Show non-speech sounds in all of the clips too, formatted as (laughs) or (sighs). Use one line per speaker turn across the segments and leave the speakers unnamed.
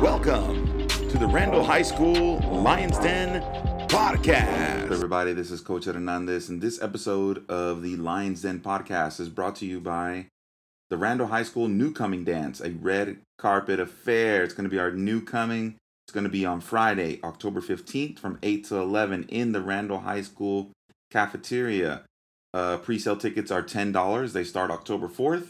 Welcome to the Randall High School Lions Den
Hello,
podcast.
everybody. This is Coach Hernandez, and this episode of the Lions Den podcast is brought to you by the Randall High School Newcoming Dance, a red carpet affair. It's going to be our newcoming. It's going to be on Friday, October 15th from 8 to 11 in the Randall High School cafeteria. Uh, Pre sale tickets are $10. They start October 4th.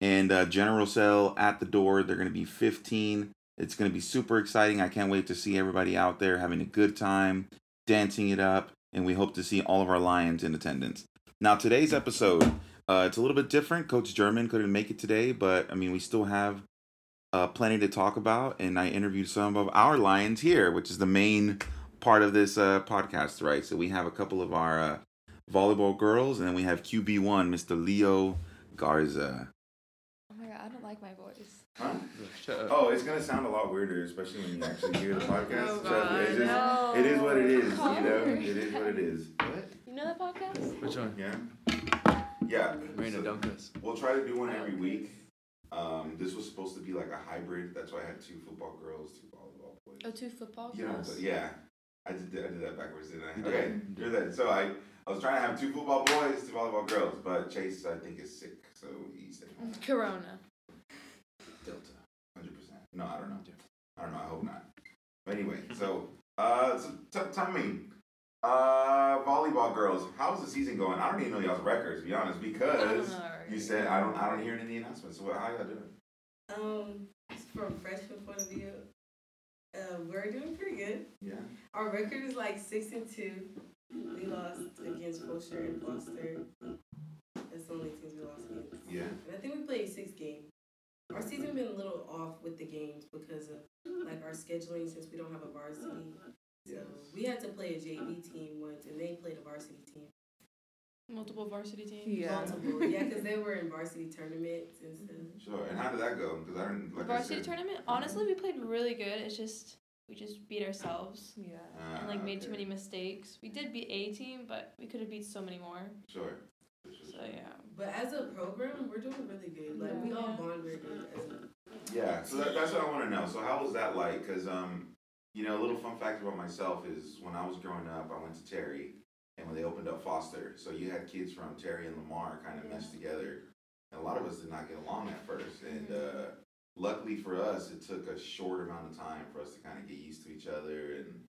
And uh, general sale at the door, they're going to be 15 It's going to be super exciting. I can't wait to see everybody out there having a good time dancing it up, and we hope to see all of our Lions in attendance. Now, today's episode, uh, it's a little bit different. Coach German couldn't make it today, but I mean, we still have uh, plenty to talk about, and I interviewed some of our Lions here, which is the main part of this uh, podcast, right? So we have a couple of our uh, volleyball girls, and then we have QB1, Mr. Leo Garza.
Oh my god, I don't like my voice.
Oh, it's gonna sound a lot weirder, especially when you actually hear the podcast.
Oh, Trust me, it's just- God, it is what it is, you know? (laughs) It is what it
is.
You know the podcast?
Which one?
Yeah. Yeah. so
Marina Dunkas.
We'll try to do one every week. Um, this was supposed to be like a hybrid. That's why I had two football girls, two volleyball
Oh,
boys.
two football
You know,
girls.
but yeah. I did, I did that backwards, didn't I?
You did.
Okay, do that. So I, I was trying to have two football boys, two volleyball girls, but Chase, I think, is sick, so he's stayed
Mm-hmm.
home.
Corona.
Delta. 100%. No, I don't know. I don't know. I hope not. But anyway, so, uh, so t- tell me, uh, volleyball girls, how's the season going? I don't even know y'all's records, to be honest,
I don't (laughs)
because
know.
you said I don't, I don't hear any of the announcements. So what, how y'all doing?
Um, from freshman point of view, uh, we're doing pretty good.
Yeah.
Our record is like six and two. We lost against Fulcher and Foster. That's the only teams we lost against.
Yeah.
And I think we played six games. Our season been a little off with the games because of like our scheduling since we don't have a varsity. So we had to play a JV team once, and they played a varsity team.
Multiple varsity teams.
Yeah.
Multiple, yeah, (laughs) because they were in varsity tournaments and stuff.
Sure. And how did that go? Because I didn't,
The
like I
varsity
said,
tournament, honestly, we played really good. It's just, we just beat ourselves
Yeah.
uh,
and like made too
okay.
many mistakes. We did beat A team, but we could have beat so many more.
Sure.
So yeah.
But as a program, we're doing really good. Like we all
Yeah.
bond very good as a
Yeah, so that, that's what I want to know. So how was that like? Because um, you know, a little fun fact about myself is when I was growing up, I went to Terry, and when they opened up Foster, so you had kids from Terry and Lamar kind of meshed together, and a lot of us did not get along at first. And uh, luckily for us, it took a short amount of time for us to kind of get used to each other and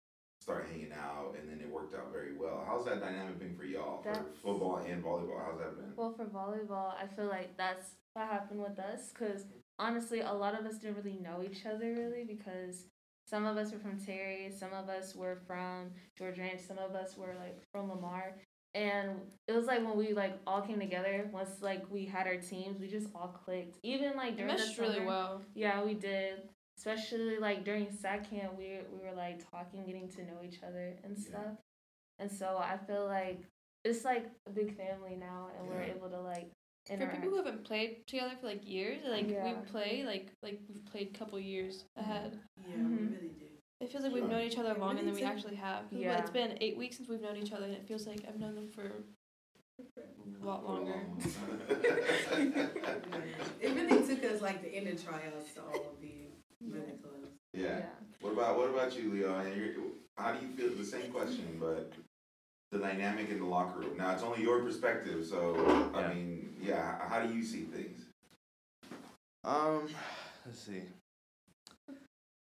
start hanging out, and then it worked out very well. How's that dynamic been for y'all for
That's-
football and volleyball? How's that been?
Well, for volleyball, I feel like that's that happened with us because honestly, a lot of us didn't really know each other really because some of us were from Terry, some of us were from George Ranch, some of us were like from Lamar, and it was like when we like all came together. Once like we had our teams, we just all clicked. Even like
It
during the
meshed really
summer-
well.
Yeah, we did. Especially like during SAC camp, we we were like talking, getting to know each other and
Yeah.
stuff. And so I feel like it's like a big family now, and we're
Yeah.
able to like
For
interact.
people who haven't played together for like years, like we
Yeah.
play like like we've played couple years ahead.
yeah,
Mm-hmm.
we
Mhm.
really do.
It feels like we've
Sure.
known each other
It
longer
really
than we
did.
actually have. 'Cause, like,
Yeah.
It's been eight weeks since we've known each other, and it feels like I've known them for a lot longer.
(laughs)
It really took us like the end of tryouts to all be really close.
yeah. What about what about you, Leo? And you how do you feel? The same question, but the dynamic in the locker room. Now it's only your perspective, so I
Yeah.
mean, yeah. h- How do you see things?
Um, let's see.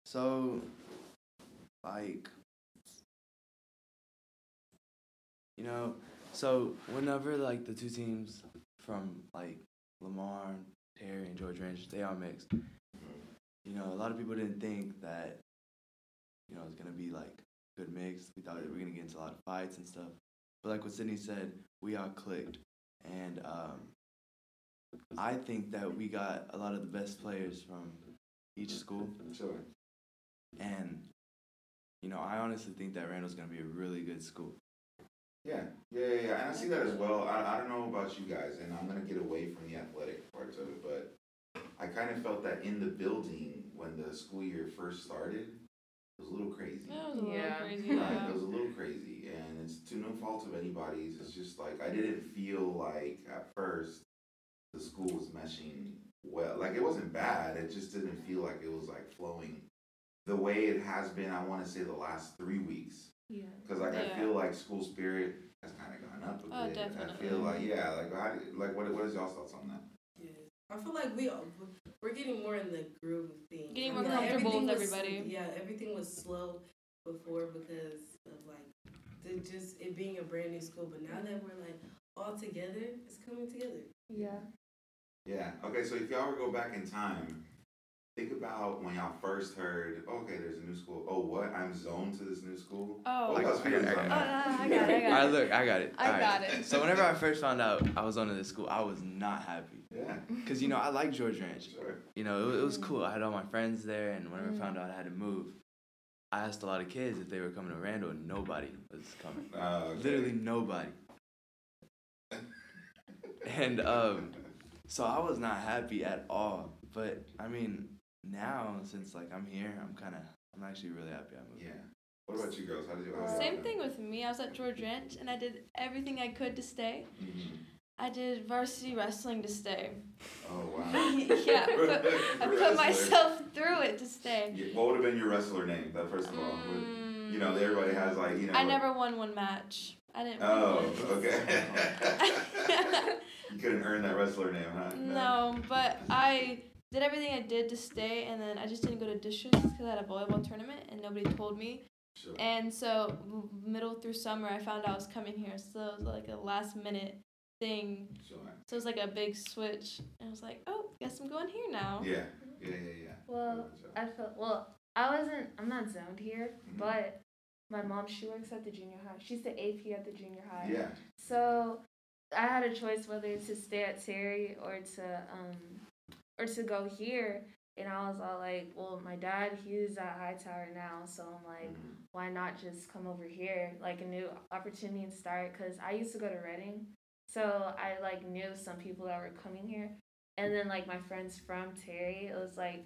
So, like, you know, so whenever like the two teams from like Lamar, and Terry, and George Ranch, they all mixed. You know, a lot of people didn't think that, you know, it was gonna be like good mix. We thought that we were gonna get into a lot of fights and stuff. But like what Sydney said, we all clicked, and um, I think that we got a lot of the best players from each school,
Sure.
and you know, I honestly think that Randall's gonna be a really good school.
Yeah, yeah, yeah, yeah. And I see that as well. I, I don't know about you guys, and I'm gonna get away from the athletic parts of it, but I kind of felt that in the building when the school year first started, it was a little crazy.
That was a little
Yeah.
crazy. (laughs)
Right,
Yeah.
it was a little crazy, and it's to no fault of anybody's. It's just like I didn't feel like at first the school was meshing well. Like it wasn't bad. It just didn't feel like it was like flowing the way it has been, I want to say the last three weeks.
Yeah.
Cause like I
Yeah.
feel like school spirit has kind of gone up a
Oh,
bit. I
definitely.
feel like yeah, like how, do- like what what is y'all thoughts on that?
Yes. I feel like we all, we're getting more in the groove of things.
Getting
I
more
feel like
comfortable with
everything was-
everybody.
Yeah, everything was slow before because of like the, just it being a brand new school. But now that we're like all together, it's coming together.
Yeah.
Yeah. Okay. So if y'all were to go back in time, think about when y'all first heard. Okay, there's a new school. Oh, what? I'm zoned to this new school.
Oh.
What
I-
was
I-
feelings
I-
on
Oh, no, no,
that?
I got it. I got
I
it.
look, I got it.
I
All right.
got it.
So whenever I first found out I was on to this school, I was not happy.
(laughs)
Yeah.
Cause you know I like George Ranch.
Sure.
You know it, wa- it was
Mm.
cool. I had all my friends there, and whenever
Mm.
I found out I had to move, I asked a lot of kids if they were coming to Randall, and nobody was coming.
Uh, okay.
Literally nobody. and um, so I was not happy at all. But I mean, now since like I'm here, I'm kind of I'm actually really happy I moved.
Yeah. What about you girls? How did you? how did y'all
Same
feel?
thing with me. I was at George Ranch and I did everything I could to stay.
Mhm.
I did varsity wrestling to stay. (laughs)
Oh wow. (laughs)
yeah, (laughs) I put, I
Wrestler.
put myself through it to stay.
Yeah, what would have been your wrestler name? That first of all, would- you know, everybody has like you know.
Mm. I never won one match. I didn't. win
Oh,
one.
okay.
(laughs)
(laughs) you couldn't earn that wrestler name, huh?
no, but I did everything I did to stay, and then I just didn't go to districts because I had a volleyball tournament and nobody told me.
Sure.
And so m- middle through summer, I found out I was coming here, so it was like a last minute thing.
Sure.
So it was like a big switch, and I was like, oh, guess I'm going here now.
Yeah. Yeah. Yeah. Yeah.
Well, I felt well. I wasn't. I'm not zoned here,
Mm-hmm.
but my mom. She works at the junior high. She's the AP at the junior high.
Yeah.
So I had a choice whether to stay at Terry or to um or to go here. And I was all like, well, my dad, he's at Hightower now. So I'm like,
Mhm.
why not just come over here, like a new opportunity and start? Because I used to go to Reading. So I like knew some people that were coming here. And then like my friends from Terry, it was like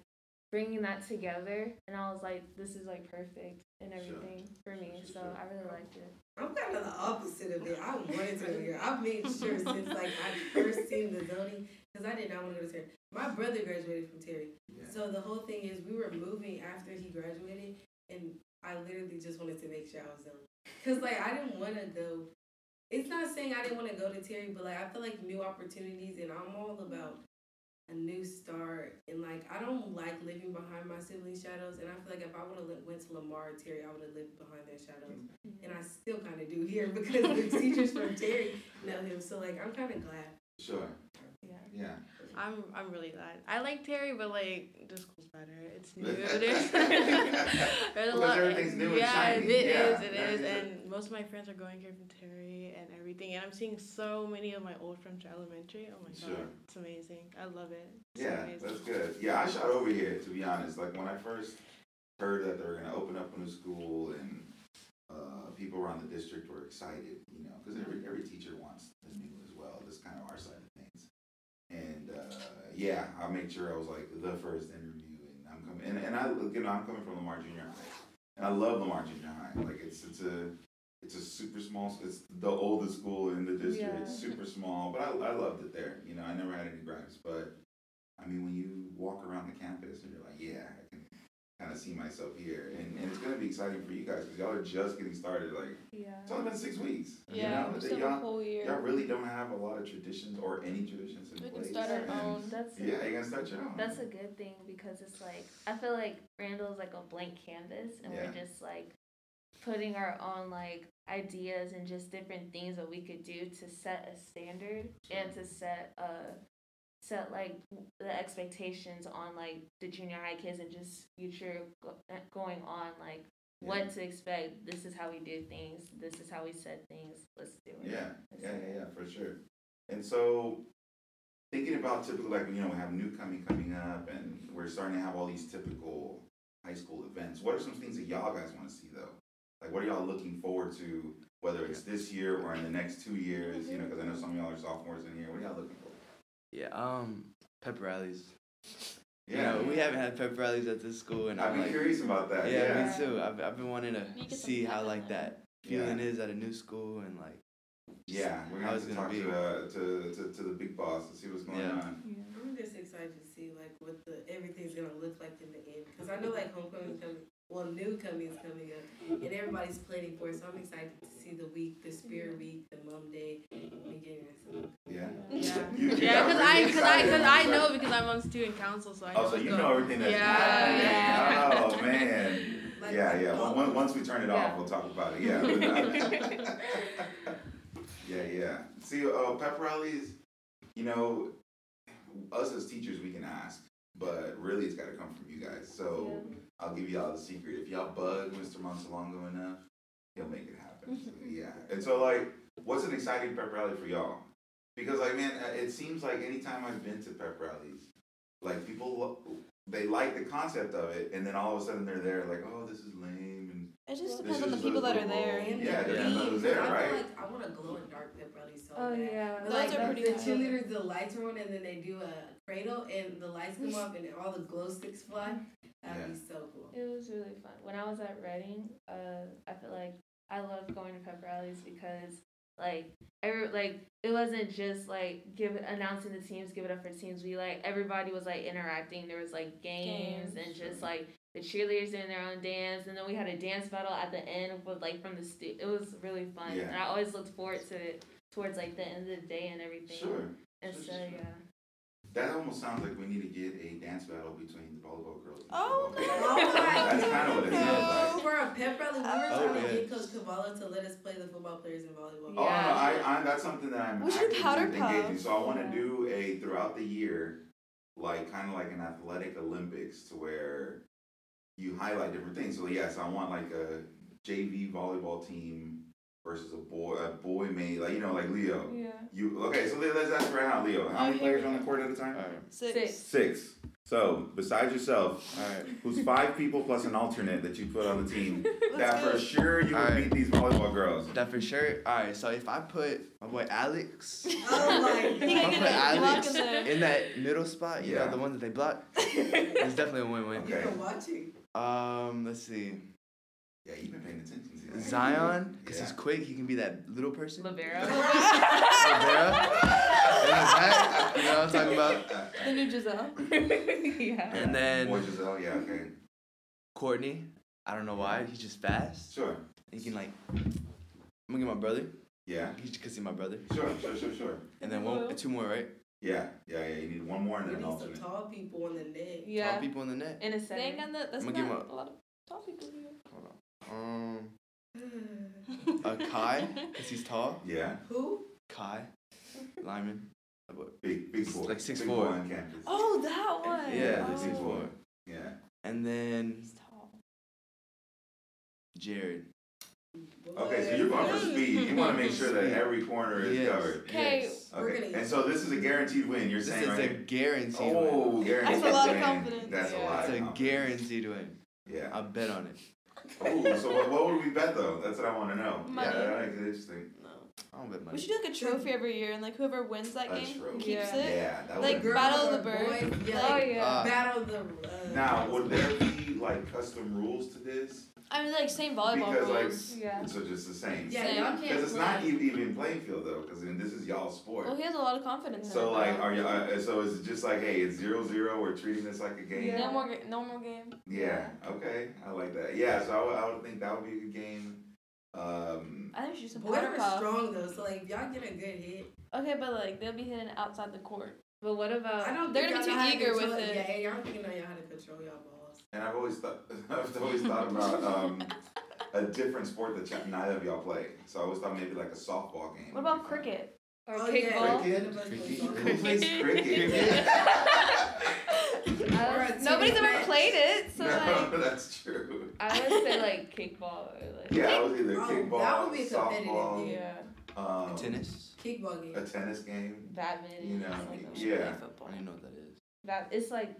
bringing that together. And I was like, this is like perfect and
Sure.
everything for me.
sure,
So
sure.
I really liked it.
I'm kind of the opposite of it. I wanted to go here. I made sure since like I first seen the zoning because I did not want to go to Terry. My brother graduated from Terry,
Yeah.
so the whole thing is we were moving after he graduated, and I literally just wanted to make sure I was zoned because like I didn't want to go. It's not saying I didn't want to go to Terry, but like I feel like new opportunities, and I'm all about a new start. And like I don't like living behind my siblings' shadows, and I feel like if I would have went to Lamar or Terry, I would have lived behind their shadows and I still kind of do here (laughs) because the teachers from Terry know him. So like, I'm kind of glad.
Sure.
Yeah.
Yeah.
I'm I'm really glad. I like Terry, but like the school's better. It's
(laughs)
new.
Because
There's, there's a lot.
everything's new and
yeah, it
shiny.
is.
Yeah,
It
everything's
is.
a-
And most of my friends are going here from Terry and everything. And I'm seeing so many of my old friends from elementary. Oh my god,
Sure.
it's amazing. I love it. It's
Yeah,
amazing.
that's good. Yeah, I shot over here to be honest. Like when I first heard that they were gonna open up a new school and uh, people around the district were excited, you know, because every every teacher wants the new as well. That's kind of our side of things. And uh, yeah, I made sure I was like the first interview, and I'm coming. And, and I look, you know, I'm coming from Lamar Junior High, and I love Lamar Junior High. Like it's it's a it's a super small. s- It's the oldest school in the district.
Yeah.
It's super small, but I I loved it there. You know, I never had any gripes, but I mean, when you walk around the campus and you're like, yeah, I can kind of see myself here. And, and it's going to be exciting for you guys because y'all are just getting started. Like, it's
Yeah.
only been six weeks.
Yeah,
You know,
we're
that
still a
y'all,
whole
y'all
year.
really don't have a lot of traditions or any traditions in
We can
place.
start our
and-
own.
That's
Yeah, you're going to start your own.
That's a good thing because it's like I feel like Randall's like a blank canvas and
Yeah.
we're just like putting our own like ideas and just different things that we could do to set a standard and to set uh set like the expectations on like the junior high kids and just future go- uh, going on like
Yeah.
what to expect this is how we do things this is how we said things let's do it
Yeah,
Let's
yeah,
do it.
yeah, yeah, for sure. And so, thinking about typical, like, you know, we have new coming coming up and we're starting to have all these typical high school events. What are some things that y'all guys want to see, though? Like, what are y'all looking forward to, whether it's this year or in the next two years? You know, because I know some of y'all are sophomores in here. What are y'all looking for?
Yeah. Um, pep rallies.
Yeah,
You know, we haven't had pep rallies at this school, and
I've
I'm
been
like,
curious about that.
yeah,
Yeah.
me too. I've I've been wanting
You
to
get some
see how
pep
like
rally.
that
Yeah.
feeling is at a new school, and like
Yeah, we're gonna
How
have
it's
to uh,
gonna
talk
be.
to, uh, to, to to the big boss and see what's going
Yeah.
on.
I'm just excited to see like what the everything's gonna look like in the end because I know like homecoming coming, well, new coming is coming up, and everybody's planning for it. So I'm excited to see the week, the spirit week, the mom day beginning. (laughs) So
Yeah.
Yeah.
(laughs) You- you
Yeah, because
got really
I, cause I,
excited.
cause I know because I'm on student council, so I know.
Oh, so
what's
you
going
know everything that's
Yeah.
happening. Oh man.
like,
Yeah,
like,
yeah. Well,
all-
on- once we turn it off,
Yeah.
we'll talk about it. (laughs) Yeah. but not- yeah, yeah. See, uh, pep rallies. You know, us as teachers, we can ask, but really, it's got to come from you guys. So I'll give y'all the secret. If y'all bug Mr. Montalongo enough, he'll make it happen. So, yeah. And so, like, what's an exciting pep rally for y'all? Because, like, man, uh, it seems like anytime I've been to pep rallies, like people lo- they like the concept of it, and then all of a sudden they're there, like, oh, this is lame, and
It just
This
depends
is
on the
just
people that are
miserable.
there.
And
Yeah,
the
yeah,
beat,
that was there,
I
right?
feel like I want to glow in dark pep rally so
Oh
bad.
yeah.
Those
like
are pretty
the
cool.
cheerleaders, the lights are on, and then they do a cradle, and the lights come up, and all the glow sticks fly. That'd be so
(laughs)
cool.
It was really fun. When I was at Reading, uh, I feel like I loved going to pep rallies because like every like it wasn't just like give announcing the teams, give it up for teams. We like everybody was like interacting. There was like games, and just like the cheerleaders doing their own dance, and then we had a dance battle at the end with like from the stu. It was really fun,
Yeah.
and I always looked forward to it towards like the end of the day and everything.
sure.
And so
sure, sure.
yeah.
That almost sounds like we need to get a dance battle between the volleyball girls. and the
Oh,
volleyball
no.
boys.
Oh, my
That's kind of what it sounds like.
For a pep rally, we were
Oh,
trying to
yeah.
get Coach Cavallo to let us play the football players in volleyball.
Oh, no,
Yeah.
I, I, that's something that I'm
We should
actively
do powder
engaging.
puff.
So I want
Yeah.
to do a throughout the year, like kind of like an athletic Olympics, to where you highlight different things. So yes, I want like a JV volleyball team versus a boy, a boy made, like you know, like Leo.
Yeah.
You okay? So let- let's ask right now, Leo. How many
Okay.
players are on the court at a time?
Six.
Six.
Six. So besides yourself,
All right.
who's five people plus an alternate that you put on the team, that
Let's
for
go.
sure you would
Alright.
beat these volleyball girls.
That for sure. All right. So if I put my boy Alex
(laughs)
(laughs)
Oh my
He can
I'll
"Ah."
put
god.
get a block
Alex
in there.
in that middle spot, you
Yeah.
know, the one that they block, it's definitely a win-win.
You're
(laughs) Okay.
watching.
Um, let's see,
Yeah, you've been paying attention to that. (laughs)
Zion, cause he's
Yeah.
quick, he can be that little person.
Libero.
Rivera. In the back, you know what I'm
(laughs)
talking about.
The new Giselle.
(laughs) yeah.
And
Boy
then
Giselle, yeah, okay.
Courtney, I don't know why, he's just fast.
Sure.
He can like, I'm gonna get my brother,
Yeah.
he's just cause he's my brother.
Sure, sure, sure, sure.
And then one, two more, right?
Yeah, yeah, yeah. You need one more and
We
then an
need some
alternate.
tall people on the
(sighs)
net.
All
Yeah.
people in the
(laughs)
net.
In
They
a
ain't
second.
got that. That's
I'ma
not
give him
a lot of tall people here.
Um, uh, (laughs) Kai, cause he's tall.
Yeah.
Who?
Kai,
(laughs)
Lyman,
Big big boy.
Like six
big
four.
boy on campus.
Oh, that one.
Yeah,
oh.
the six four.
Yeah.
and then
He's tall.
Jared.
Okay, so you're going for speed. You want to make sure that
Speed.
every corner is
Yes,
covered.
Okay.
yes.
We're
Okay.
gonna-
And so this is a guaranteed win. You're
This
saying
is
right
a
here.
guaranteed win.
Oh, guaranteed
a lot of
win.
confidence.
That's a
Yeah.
lot.
It's
of
a
confidence.
guaranteed win.
Yeah.
I bet on it.
Oh, so what, what would we bet though? That's what I want to know.
Money.
Yeah, that makes it interesting.
No.
I don't bet
We
money.
should do like a trophy every year, and like whoever wins that
A
game
trophy.
keeps
Yeah.
it.
Yeah, that
Like
would
Girls
Battle of
or
the Birds?
boys? Yeah,
Oh
like,
yeah.
Uh,
Battle of the. Uh,
Now, would there be like custom rules to this?
I mean, like same volleyball
Because, like,
rules.
yeah.
So just the same.
Yeah,
Same.
y'all can't.
Because it's not
play.
even even playing field though, because I mean, this is y'all sport.
Well, he has a lot of confidence.
So
in
like,
it,
are you? Uh, so is it just like, hey, it's zero zero. We're treating this like a game.
Yeah.
no more ga- no more game.
Yeah, Okay. I like that. Yeah. So I would, I would think that would be a good game. Um.
I think we should do some
Boys
powder
are
puff.
strong though, so like if y'all get a good hit.
Okay, but like they'll be hitting outside the
(laughs)
court.
But what about
I don't.
Uh, they're
think
gonna be
y'all know
too
how to
eager with
control
it.
Yeah, and y'all think you know y'all how to control y'all balls.
And I've always thought. (laughs) I've always thought about um. A different sport that y'all- neither of y'all play. So I always thought maybe like a softball game. would
What
be
about
fun.
cricket?
or
oh, Yeah.
kickball?
Cricket?
None of us play
Cricket?
softball.
Who
(laughs)
plays cricket?
I
Or a
would,
tennis
Nobody's ever
match.
played it,
(laughs)
so
no,
like
that's true.
I would say like kickball or like
Yeah, I was either
Oh, that
kickball,
would be a competitive
softball,
yeah,
um,
Tennis?
Kickball game.
a tennis game.
badminton.
You know,
stuff like that.
yeah.
I don't even know what that is.
That it's like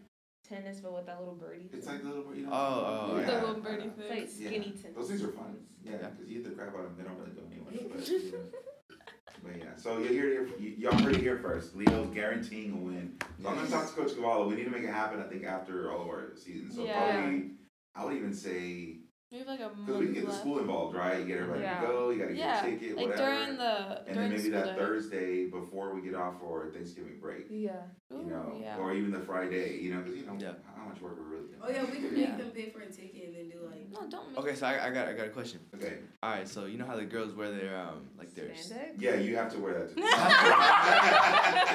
tennis, but with that little birdie.
It's
thing.
like the little you know.
Oh, oh,
yeah.
the little birdie
it's
thing.
like skinny tennis.
Those things are fun. Yeah,
Yeah.
because you eat the crap out of them, they don't really go anywhere. But, you know. (laughs) but yeah, so you're here, you- y'all heard it here first. Leo's guaranteeing a win. So I'm gonna talk to Coach Cavallo. We need to make it happen. I think after all of our seasons. So
Yeah.
probably, I would even say
We have like a month
Because we can get the
left.
school involved, right? You get everybody
Yeah.
to go, you gotta get
yeah,
a ticket,
like
whatever.
during the
and
during
then maybe
school
that
day.
Thursday before we get off for Thanksgiving break,
Yeah.
you
Ooh,
know,
yeah.
or even the Friday, you know, because you know
Yeah.
how much work we're really doing.
Oh yeah, we can
Yeah.
make them pay for a ticket and then do like.
no, don't. Make
Okay, so I, I got I got a question.
Okay.
All right, so you know how the girls wear their um like their. s-
Spandex?
Yeah, you have to wear
(laughs)
that. Too.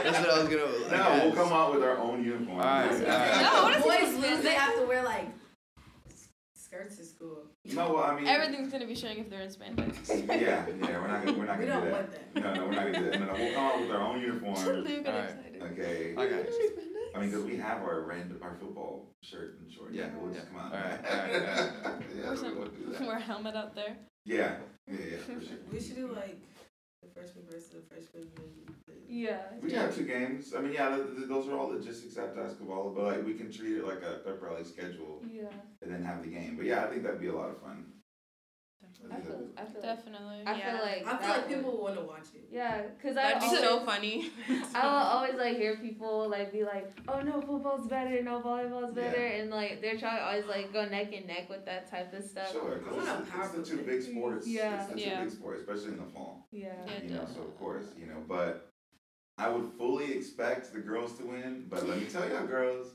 That's what I was gonna. like,
no, we'll
ask.
come out with our own uniform.
Alright, alright.
No, what is
boys
this
will. They
business?
have to wear like skirts to school.
No, well, I mean,
Everything's gonna be showing if they're in
(laughs)
spandex.
Yeah, yeah, we're not
(laughs)
gonna, we're not gonna do
We don't
that.
want that.
No, no, we're not gonna do that. No, no, we'll come out with our own
(laughs)
uniform.
Lou got
Alright.
excited.
Okay.
I got you.
I mean, because we have our random, our football shirt and shorts.
Yeah,
we'll
yeah.
just come out.
Alright, alright,
(laughs) yeah,
Or
we
some-
will do that.
(laughs) Wear a helmet out there.
Yeah, yeah, yeah, for sure.
We should do like the freshman versus the freshman. and the-
Yeah.
We can have two games. I mean, yeah, th- th- those are all logistics after basketball, but like we can treat it like a pep rally schedule
Yeah.
and then have the game. But yeah, I think that'd be a lot of fun.
I feel. I feel. Like,
Definitely.
I
Yeah.
feel like.
I feel
that
like
would-
people will want to watch it.
Yeah, cause I
That'd be so
always,
funny.
I will always like hear people like be like, oh no, football's better, no volleyball's
Yeah.
better, and like they're trying to always like go neck and neck with that type of stuff.
Sure,
I
because
wanna
it's, it's the
powerful
two big sports.
Yeah.
It's the
Yeah.
two big sports, especially in the fall.
Yeah.
Yeah,
you know,
definitely.
so of course, you know, but I would fully expect the girls to win. But let me tell y'all, girls,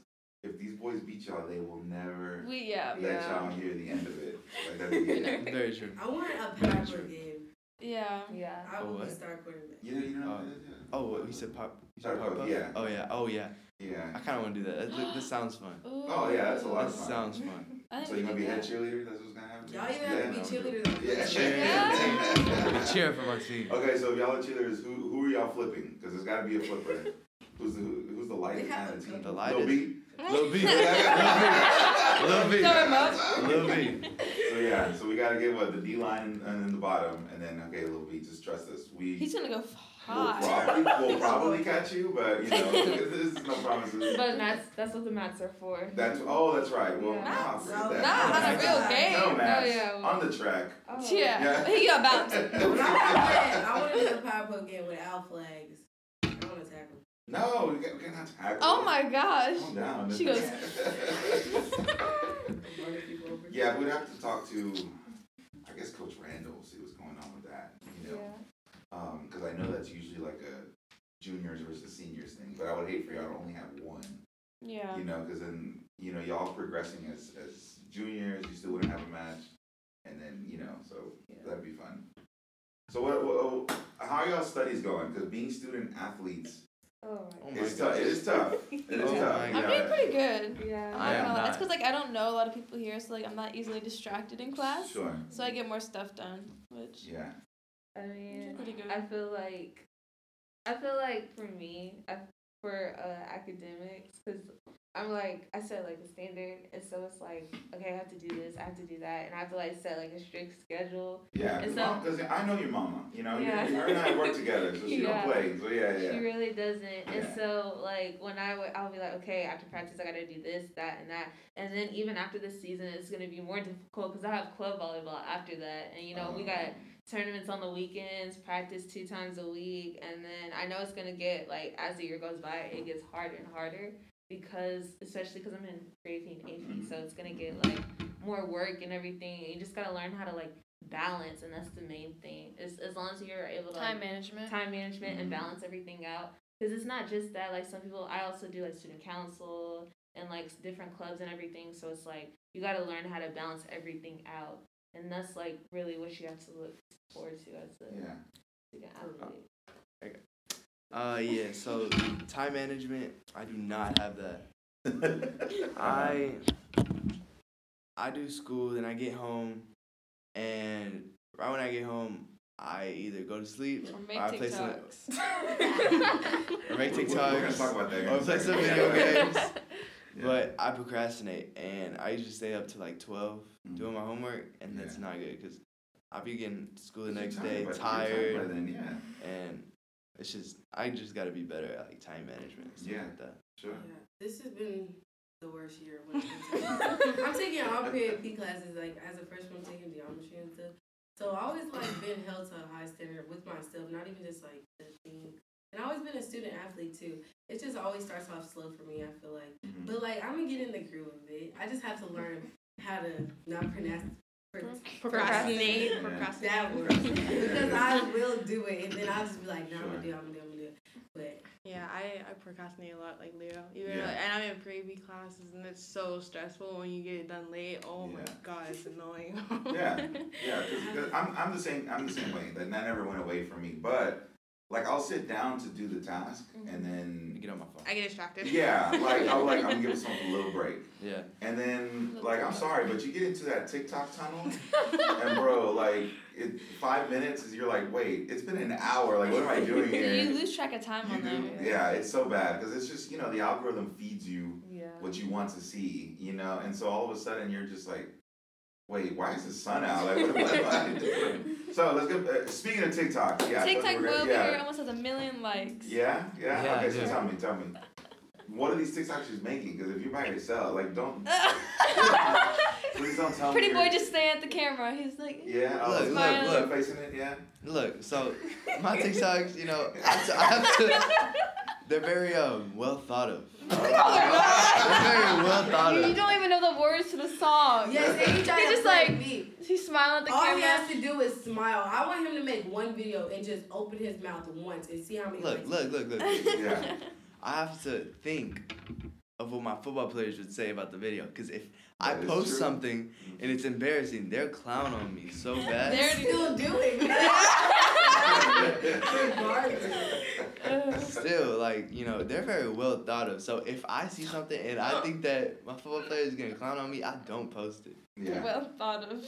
if these boys beat y'all, they will never
We yeah.
let
Yeah.
y'all hear the end of it. Like, that's the end. (laughs)
Very true.
I want a power game.
(laughs) Yeah.
Yeah.
I
A
will
what?
be star quarterback.
You know, you know.
Oh, what, he said pop. You said
Sorry,
pop
pop,
up?
yeah.
Oh yeah. Oh yeah. I
Yeah.
kind of want to do that. That, that- that sounds fun.
Ooh.
Oh yeah, that's a lot
That
of fun. (laughs)
sounds fun.
I think
So
we
you gonna
can
be
do
head
that.
cheerleader? That's what's gonna happen.
Y'all even have to be
no.
cheerleaders.
Yeah.
Cheer for my
(laughs)
team.
Okay, so if y'all are cheerleaders, who who are y'all flipping? Because there's got to be a flipper. who's the who, who's the lightest
We
man
have
on the
a-
team?
The
Lil
lightest?
B.
Lil B.
(laughs)
Lil B.
Throw him up.
Lil B.
So yeah, so we gotta give what the D line and then the bottom, and then okay, Lil B, just trust us. We
(laughs) He's gonna go
will
hot.
probably
(laughs)
we'll probably catch you, but you know (laughs) this is no promises.
But that's that's what the mats are for.
That's oh, that's right. Well, nah,
Max.
forget that.
Nah, on a real game.
No, Max.
Oh, yeah.
On the track.
Oh.
Yeah.
Yeah.
He
(laughs)
got bounced. (laughs)
When I was playing, I want to do a power pole game with Al flags. I want to tackle.
no, we got- we cannot tackle.
Oh my gosh.
Calm down.
She goes-
Run people over.
(laughs) yeah, we'd have to talk to, I guess, Coach Randall, see what's going on with that. You know, because Um, I
Mm.
know that's usually like a juniors versus seniors thing. But I would hate for y'all to only have one.
Yeah.
You know, because then you know y'all progressing as as juniors, you still wouldn't have a match, and then you know, so that'd be fun. So what? what how are y'all studies going? Because being student athletes,
Oh
Oh my
it's tough. It is tough. It is
Oh
tough.
my
you
I'm
God.
know.
doing pretty good.
my. Yeah.
I
I'm
am
not gonna lie. It's
not.
because like I don't know a lot of people here, so like I'm not easily distracted in class.
Sure.
So I get more stuff done, which
Yeah.
I
is
mean,
pretty good.
I feel like, I feel like for me, I, for uh, academics, because I'm like I set like a standard, and so it's like okay, I have to do this, I have to do that, and I have to like set like a strict schedule.
Yeah.
It's not-
Because I know your mama. You know,
Yeah.
you, her and I
(laughs)
work together, so she
Yeah.
don't play. So yeah,
She
yeah.
really doesn't, and
Yeah.
so like when I would, I'll be like, okay, after practice, I gotta do this, that, and that, and then even after the season, it's gonna be more difficult because I have club volleyball after that, and you know we
Um,
got tournaments on the weekends, practice two times a week, and then I know it's gonna get like as the year goes by, it gets harder and harder because especially because I'm in grade eight and AP, so it's gonna get like more work and everything. And you just gotta learn how to like balance, and that's the main thing. As as long as you're able to like,
time management.
time management and
Mm-hmm.
balance everything out because it's not just that like some people i also do like student council and like s- different clubs and everything so it's like you got to learn how to balance everything out and that's like really what you have to look forward to as a
Yeah.
student athlete
Uh yeah. So time management, I do not have that. (laughs) I I do school, then I get home, and right when I get home, I either go to sleep
Or
or,
make
I play some
TikToks.
(laughs) We're- we're-
(laughs)
or make
We're gonna
TikToks
talk about that. in
or
a
play some
second.
video
Yeah.
games.
Yeah.
But I procrastinate, and I usually stay up to like 12 doing my homework, and that's
Mm. Yeah.
not good because I be getting to school the
You're
next
tired
day
by- you're by
tired,
then, yeah.
and it's just I just gotta be better at like time management. and stuff
Yeah.
like that.
Sure.
Yeah, this has been the worst year. When it comes to- (laughs) I'm taking all period P classes, like as a freshman, I'm taking geometry and stuff. So I always like been held to a high standard with myself, not even just like the thing. And I always been a student athlete too. It just always starts off slow for me. I feel like,
Mhm.
but like I'm gonna get in the groove of it. I just have to learn how to not pronounce
Mm-hmm.
Procrastinate.
That
Procrastinate.
works. (laughs) because I will do it and then I'll just be like, no, I'm gonna do it, I'm gonna do it, I'm gonna do it. But
Yeah, I, I procrastinate a lot, like Leo. Even
Yeah.
though- and I'm in pre-B classes, and it's so stressful when you get it done late. Oh my
Yeah.
god, it's annoying.
Yeah,
(laughs)
yeah, because I'm, I'm the same I'm the same way. That that never went away from me. But like I'll sit down to do the task
Mm-hmm.
and then
Get on my phone.
I get distracted.
(laughs)
yeah, like I'll like I'm gonna give myself a little break.
Yeah.
And then like I'm sorry, but you get into that TikTok tunnel and bro, like it, five minutes is you're like, wait, it's been an hour. Like what am I doing
(laughs) You
here?
lose track of time
You
on them.
do- yeah, it's so bad because it's just you know the algorithm feeds you
Yeah.
what you want to see, you know, and so all of a sudden you're just like, wait, why is the sun out? Like, what, what
(laughs)
am I doing? So let's go. Uh, speaking of TikTok, yeah, that's what
TikTok
we're gonna-
Will
yeah,
Bigger almost has a million likes.
yeah, yeah,
Yeah,
Okay, so
yeah.
tell me, tell me, what are these TikToks she's making? Because if you're by yourself, like, don't please don't tell
(laughs) Pretty
me.
boy
you're-
just staring at the camera. He's like,
Yeah, oh,
Look,
look,
look,
look,
look.
facing it,
(laughs)
yeah.
Look, so my TikToks, you know, I have to, I have to they're very um well thought of. They're very well thought
you
of.
don't even know the words to the song.
yes,
(laughs)
and Oh, he tried
He's
to
just
play Oh,
like-
me.
He's smiling at the
All he
camera.
has to do is smile. I want him to make one video and just open his mouth once and see how many.
Look,
likes-
look, look,
(laughs)
look.
Yeah.
I have to think of what my football players would say about the video. Because if I
That is
post
true.
something and it's embarrassing, they're clown on me so bad.
They're still doing it.
(laughs)
(laughs)
(laughs)
Still, like, you know, they're very well thought of. So if I see something and I think that my football player is going to clown on me, I don't post it.
(laughs) yeah.
Well thought of.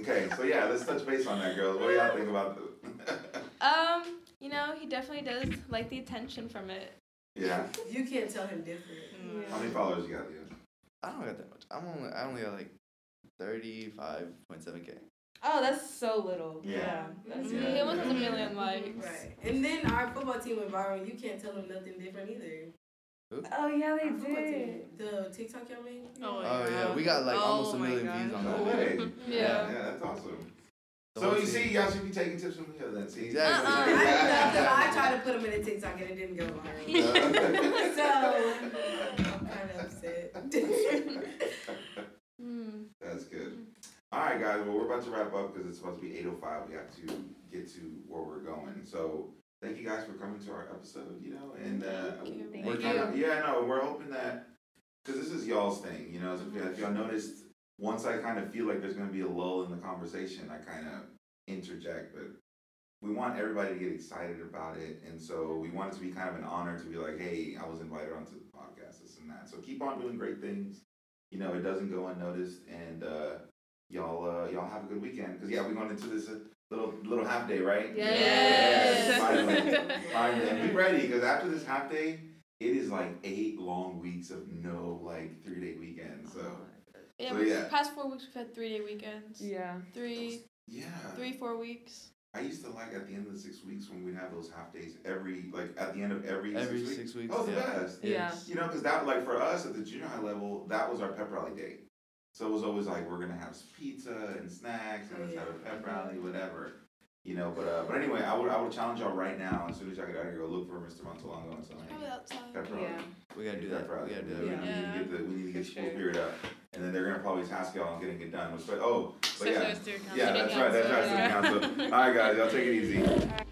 Okay, so yeah, let's touch base on that, girls. What do y'all think about? The... (laughs)
Um, you know, he definitely does like the attention from it.
yeah.
you can't tell him different.
Mm,
How many followers you got, Leo?
I don't got that much. I'm only, I only got like 35.7K.
Oh, that's so little.
Yeah.
That's
Yeah.
He almost has a
Mhm.
million likes.
Right. And then our football team went viral. You can't tell them nothing different either.
Oh yeah,
Our
they
football team,
did.
the TikTok y'all made.
Oh, my
Oh, yeah.
God.
We got like
Oh
almost a
my
million
God.
views on
No
that.
way.
Yeah.
Yeah, that's awesome.
The
So
whole
you see,
team.
y'all should be taking tips from each other. then, See,
Exactly.
I didn't know because (laughs) I tried to put them in a TikTok and it didn't go viral.
(laughs)
(laughs)
so I'm kind of upset.
(laughs) Hmm.
That's good. All right, guys. Well, we're about to wrap up because it's supposed to be eight oh five. We have to get to where we're going. So thank you guys for coming to our episode. You know, and uh,
Thank you.
we're
Thank
trying. Yeah, no, we're hoping that because this is y'all's thing. You know, so if, y- if y'all noticed, once I kind of feel like there's going to be a lull in the conversation, I kind of interject, but. We want everybody to get excited about it, and so we want it to be kind of an honor to be like, "Hey, I was invited onto the podcast, this and that." So keep on doing great things you know, it doesn't go unnoticed. And uh, y'all, uh, y'all have a good weekend. Cause yeah, we went into this uh, little little half day, right?
Yes.
Yes,
(laughs)
Finally, finally, and be ready. Cause after this half day, it is like eight long weeks of no like three day weekend. So
Yeah,
So,
but
yeah.
past four weeks we've had three day weekends.
Yeah.
Three,
yeah,
three, four weeks.
I used to like at the end of the six weeks when we'd have those half days every like at the end of every
Every
six weeks.
six weeks.
That was Oh, the
yeah.
best.
Yeah.
You know, because that, like, for us at the junior high level, that was our pep rally day. So it was always like, we're going to have pizza and snacks
Oh,
and let's have a
Mm-hmm.
pep rally, whatever. You know, but uh, but anyway, I would I would challenge y'all right now, as soon as y'all get out of here, go look for Mr. Montalongo and
Oh,
something.
Probably outside.
Pep rally.
Yeah.
We gotta do that.
Pep rally.
We gotta do
We
that.
Yeah.
need to get the, we need to get
For
school
sure.
period up. And then they're going to probably task y'all on getting it done. But, oh, but yeah.
Especially with student
Yeah,
council.
that's right. That's right. Student council. All right, guys. Y'all take it easy.
All right.